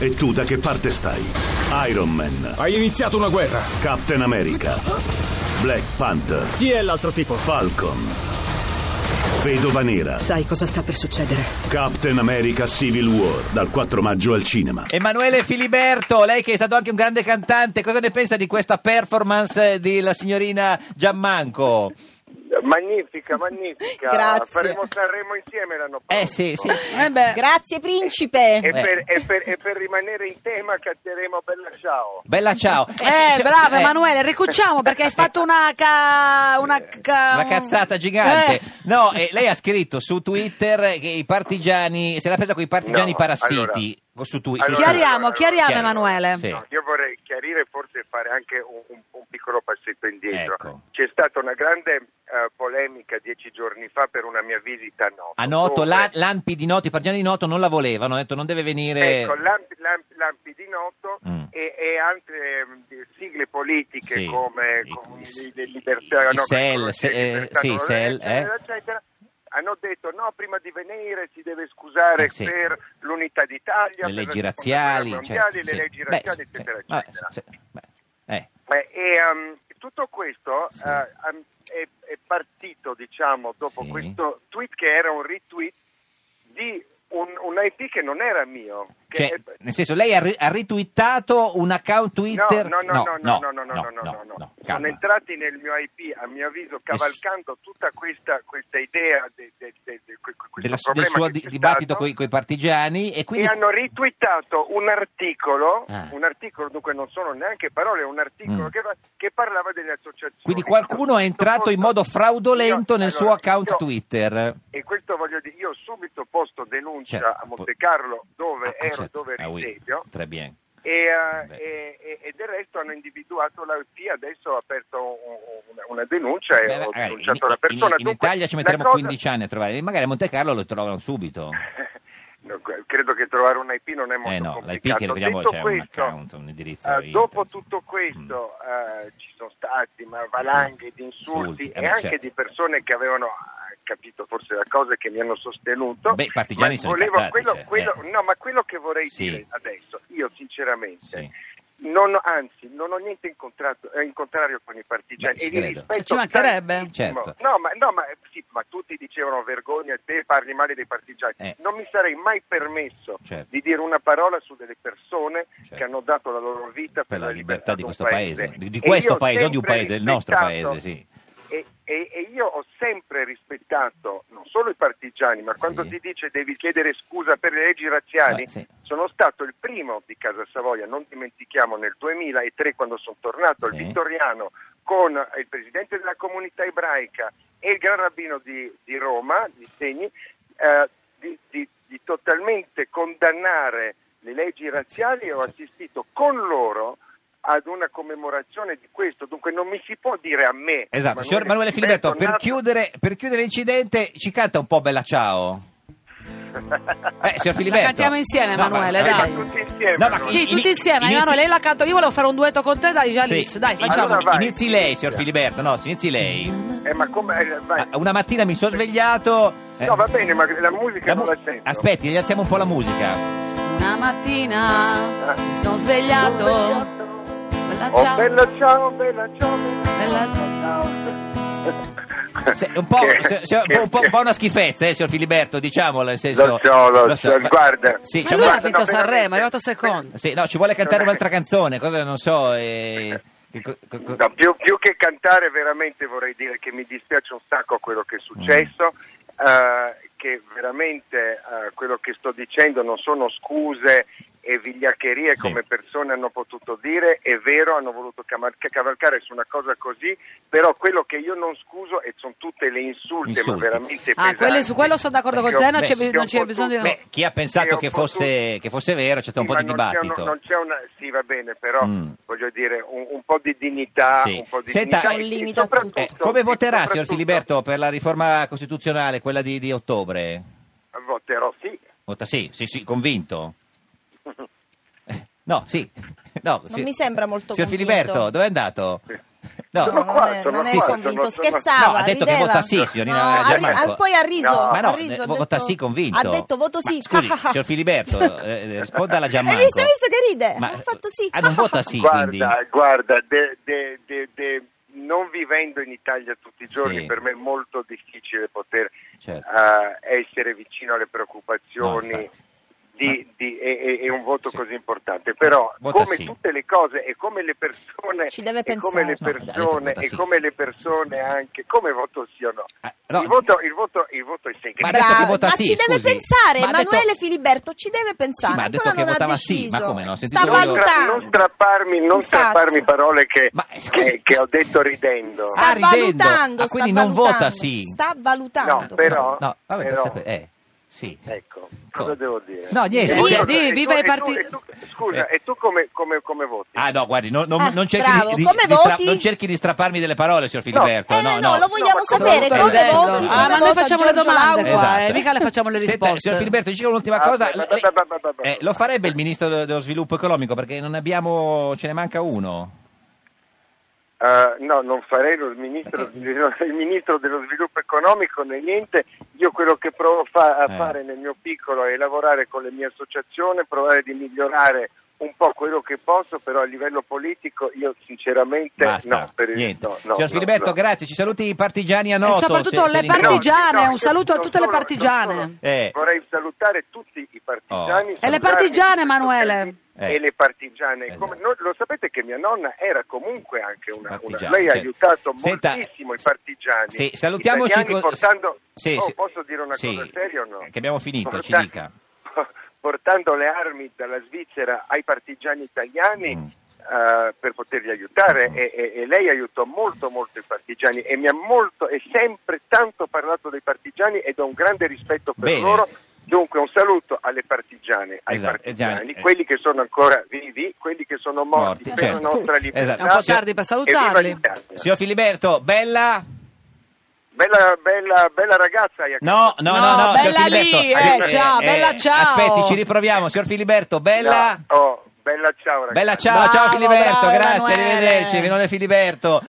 E tu da che parte stai? Iron Man, Hai iniziato una guerra. Captain America, Black Panther, Chi è l'altro tipo? Falcon, Vedova Nera, Sai cosa sta per succedere? Captain America Civil War, dal 4 maggio al cinema. Emanuele Filiberto, lei che è stato anche un grande cantante, cosa ne pensa di questa performance della signorina Giammanco? Magnifica, magnifica. Grazie. Faremo Sanremo insieme l'anno Eh prossimo. sì, Eh. sì. Eh beh, Grazie principe! E per, e per- e per rimanere in tema canteremo Bella Ciao. Bella ciao. Eh, eh, sì, sì, bravo eh, Emanuele, ricucciamo perché hai fatto una ca- una, ca- eh, Una cazzata gigante. Eh, No, eh, lei ha scritto su Twitter che i partigiani, se la presa con i partigiani No, parassiti. allora- su Twitter. allora- chiariamo, chiariamo Chiaro. Emanuele. Sì. No, io vorrei chiarire e forse fare anche un, un- un piccolo passetto indietro. Ecco. C'è stata una grande eh, polemica dieci giorni fa per una mia visita a Noto. A Noto, dove- la- l'Ampi di Noto, i partigiani di Noto non la volevano, hanno detto non deve venire... Ecco, lampi, lampi- lampi di Noto Eh, Mm. e, e altre mm, di- sigle politiche Sì. come, I- come i- i- i- le libertà, i no, Sel, come se- le libertà eh, sì, non Sel, elettive, eh. eccetera, hanno detto no, prima di venire si deve scusare Eh, sì. per l'unità le d'Italia, per la leggi seconda razziali, guerra certo, mondiale, sì. le leggi Beh, razziali, sì, eccetera, sì, vabbè, eccetera. sì, beh, eh, Beh, e, ehm, tutto questo Sì. eh, ehm, è, è partito, diciamo, dopo Sì. questo tweet che era un retweet di un, un IP che non era mio. che cioè, è- nel senso, lei ha, ri- ha ritwittato un account Twitter... Eh, No, no, no, no, no, no, no, no, no, no, no. Sono calma. entrati nel mio IP, a mio avviso, cavalcando tutta questa, questa idea de- de- de- de- que- que- questo Della- del problema suo che di- c'è dibattito stato, con i partigiani e quindi... E hanno ritwittato un articolo, Ah. un articolo, dunque non sono neanche parole, un articolo Mm. che, va- che parlava delle associazioni. Quindi qualcuno è entrato in modo fraudolento Io- nel suo allora, account io- Twitter. E questo voglio dire, io ho subito posto denuncia Certo, a Monte Carlo dove Ah, ero, certo. dove Ah, oui. risiedo, Très bien. e, eh, Beh. e- e- e del resto hanno individuato l'IP, adesso ho aperto un- una, una denuncia e Beh, eh, ho magari denunciato in, la persona. in- in Dunque, Italia ci la metteremo cosa- 15 anni a trovare, magari a Monte Carlo lo trovano subito. No, credo che trovare un IP non è molto Eh no, l'IP complicato. che vediamo Detto c'è un questo, account, un indirizzo. eh, internet, dopo insomma. tutto questo eh, ci sono stati ma valanghe di insulti Insulti, eh e beh, anche certo. di persone che avevano eh, capito forse la cosa e che mi hanno sostenuto. Beh, i partigiani Certo, ma sono volevo- incazzati, quello- cioè, quello- eh. No, ma quello che vorrei Sì. dire cioè, adesso, io sinceramente, Sì. non ho- anzi, non ho niente in, contratto- eh, in contrario con i partigiani. Beh, ci e li credo. rispetto Ci mancherebbe. tantissimo. Certo. No, ma, no, ma, sì, ma tutti dicevano vergogna, te parli male dei partigiani. Eh. Non mi sarei mai permesso Certo. di dire una parola su delle persone Certo. che hanno dato la loro vita per per, la libertà di un questo paese, di, di E questo io paese, non di un sempre paese, del nostro rispettato- paese, sì. E, e- e io ho sempre rispettato non solo i partigiani, ma quando Sì. si dice devi chiedere scusa per le leggi razziali, Beh, sì. sono stato il primo di Casa Savoia, non dimentichiamo nel 2003 quando sono tornato al Sì. Vittoriano con il presidente della comunità ebraica e il gran rabbino di, di Roma, di Segni, eh, di, di- di totalmente condannare le leggi razziali e ho assistito con loro ad una commemorazione di questo, dunque non mi si può dire a me. Esatto, signor Emanuele Filiberto, per bentornato. chiudere, per chiudere l'incidente ci canta un po' Bella Ciao. Eh, signor Filiberto. cantiamo insieme, ma- Emanuele, eh, dai. Ma tutti No, insieme, ma allora. chi- Sì, tutti ini- insieme, inizi- Emanuele, io la canto, io volevo fare un duetto con te, dai Jalis, Sì. dai, facciamo. Allora vai. Inizi lei, signor Filiberto. No, si inizi lei. Eh, ma come... eh, vai. Ah, Una mattina mi sono svegliato. eh, No, va bene, ma la musica la mu- non la sento. Aspetti, gli alziamo un po' la musica. Una mattina mi sono svegliato. Bella Oh, ciao. bella ciao, bella ciao, bella ciao. Se- un po', Che- se- se- che- un po', un po' una schifezza, eh, signor Filiberto, diciamolo. Nel senso, Lo so, lo so, ma- guarda. Sì, Ma ci lui vuole, ha vinto no, Sanremo, veramente. è arrivato secondo. sì, no, ci vuole cantare Non è- un'altra canzone, cosa non so. eh, che co- co- co- No, più, più che cantare veramente vorrei dire che mi dispiace un sacco quello che è successo, Mm. eh, che veramente eh, quello che sto dicendo non sono scuse e vigliaccherie Sì. come persone hanno potuto dire, è vero, hanno voluto camar- cavalcare su una cosa così, però quello che io non scuso e sono tutte le insulte, Insulti. ma veramente Ah, pesanti. quello- su quello sono d'accordo con Perché te, ho- non c'è, beh, non c'è ho bisogno di... potuto- Beh, chi ha pensato ho che potuto- fosse, che fosse vero, c'è stato un Sì, po' di ma non c'è dibattito. uno- non c'è una, sì, va bene, però Mm. voglio dire un, un po' di dignità, Sì. un po' di Senta, dignità. C'è un e- e limite a soprattutto- Eh, come e voterà, signor soprattutto Filiberto, per la riforma costituzionale, quella di, di ottobre? Voterò sì. Vota sì, sì, sì, convinto. Eh, No, sì. No, Non mi sembra molto Signor convinto. Filiberto, dove è andato? No. sono non qua, è, sono non è qua, convinto, sono- sono- scherzava, No, ha detto che rideva. vota sì, signorina No, ha ri- Gianmarco. ha- poi ha riso, No. Ma no, ha riso, eh, ha vo- vota detto- sì convinto. Ha detto voto Ma sì. scusi, signor Filiberto, eh, eh, risponda alla Gianmarco. Hai visto, hai visto che ride? Ma- ha fatto sì. Ah, non vota sì, quindi. guarda, guarda de- de- de- de- non vivendo in Italia tutti i giorni, Sì. per me è molto difficile poter Certo. eh, essere vicino alle No, preoccupazioni infatti. di, di- e, e- e un voto Sì. così importante. Però, Vota come sì. tutte le cose e come le persone, Ci deve e come le No, pensare. ha detto persone, vota e sì. come le persone anche, come voto sì o no? Ah, no. Il, voto, il, voto, il voto è segreto. Ma ha detto che vota ma sì, ci deve scusi. pensare, Ma ha detto- Emanuele Filiberto ci deve pensare. Sì, ma ha detto Ancora che non ha votava sì, deciso. ma come no? Sentite, Sta voglio- non, tra- valutando. non strapparmi, non Infatti. strapparmi parole che, Ma, che- scusi. che ho detto ridendo. Sta Ah, ridendo. valutando, Ah, sta quindi non valutando. vota sì. Sta valutando. No, però- No, vabbè, per però- sapere- eh, sì. Ecco, Co- cosa devo dire? No, niente, E Dì, tu- dì, e tu- viva e i tu- parti- e tu- Scusa, Eh. e tu come, come, come voti? Ah no, guardi, non, non- Ah, non cerchi, di- bravo. di, Come di stra- voti? non cerchi di strapparmi delle parole, signor Filiberto. Eh, no, no, lo vogliamo No, ma sapere cosa come vota? voti, Ah, come ma noi vota facciamo le Giorgio domande Laura. qua, eh, mica le facciamo le Esatto. Senta, risposte. signor Filiberto, dice un'ultima Ah, cosa. beh, Le- beh, beh, beh, beh, beh. eh, lo farebbe il ministro de- dello sviluppo economico perché non abbiamo, ce ne manca uno. Eh, no, non farei lo ministro, il ministro dello sviluppo economico né niente. Io quello che provo fa- a Eh. fare nel mio piccolo è lavorare con le mie associazioni, provare di migliorare un po' quello che posso, però a livello politico io sinceramente Basta, no, per il- niente. no, no, signor no, Filiberto, no. grazie, ci saluti i partigiani a E Noto. soprattutto se- se le li incontri. partigiane, No, no, un saluto a non tutte le solo- partigiane. non solo- Eh. Vorrei salutare tutti i partigiani. Oh. salutarli E le partigiane, tutti Emanuele. quanti, Eh. E le partigiane. Esatto. Come- noi- lo sapete che mia nonna era comunque anche una... una- Partigiani, lei ha certo. aiutato Senta, moltissimo i partigiani. Sì, salutiamoci Italiani con- portando... sì, Oh, sì. Posso dire una Sì, cosa seria o no? che abbiamo finito, ci dica. Portando le armi dalla Svizzera ai partigiani italiani... Mm. eh, per poterli aiutare Mm. e, e- e lei aiutò molto molto i partigiani e mi ha molto e sempre tanto parlato dei partigiani ed ho un grande rispetto per Bene. loro Dunque un saluto alle partigiane, ai Esatto, partigiani, eh, già, eh. quelli che sono ancora vivi, quelli che sono morti, Morti, per certo. la nostra Tutti, libertà. esatto. È un po' tardi per E viva salutarli. l'Italia. Signor Filiberto, bella? Bella, bella, bella ragazza. Iacopo. No, no, no, No, no, signor bella Filiberto. lì, eh, ciao, bella ciao. Aspetti, ci riproviamo, signor Filiberto, bella? No, oh, bella ciao ragazzi. Bella ciao, ciao Bravo, Filiberto, bravo, grazie, Emanuele. arrivederci, Venone Filiberto.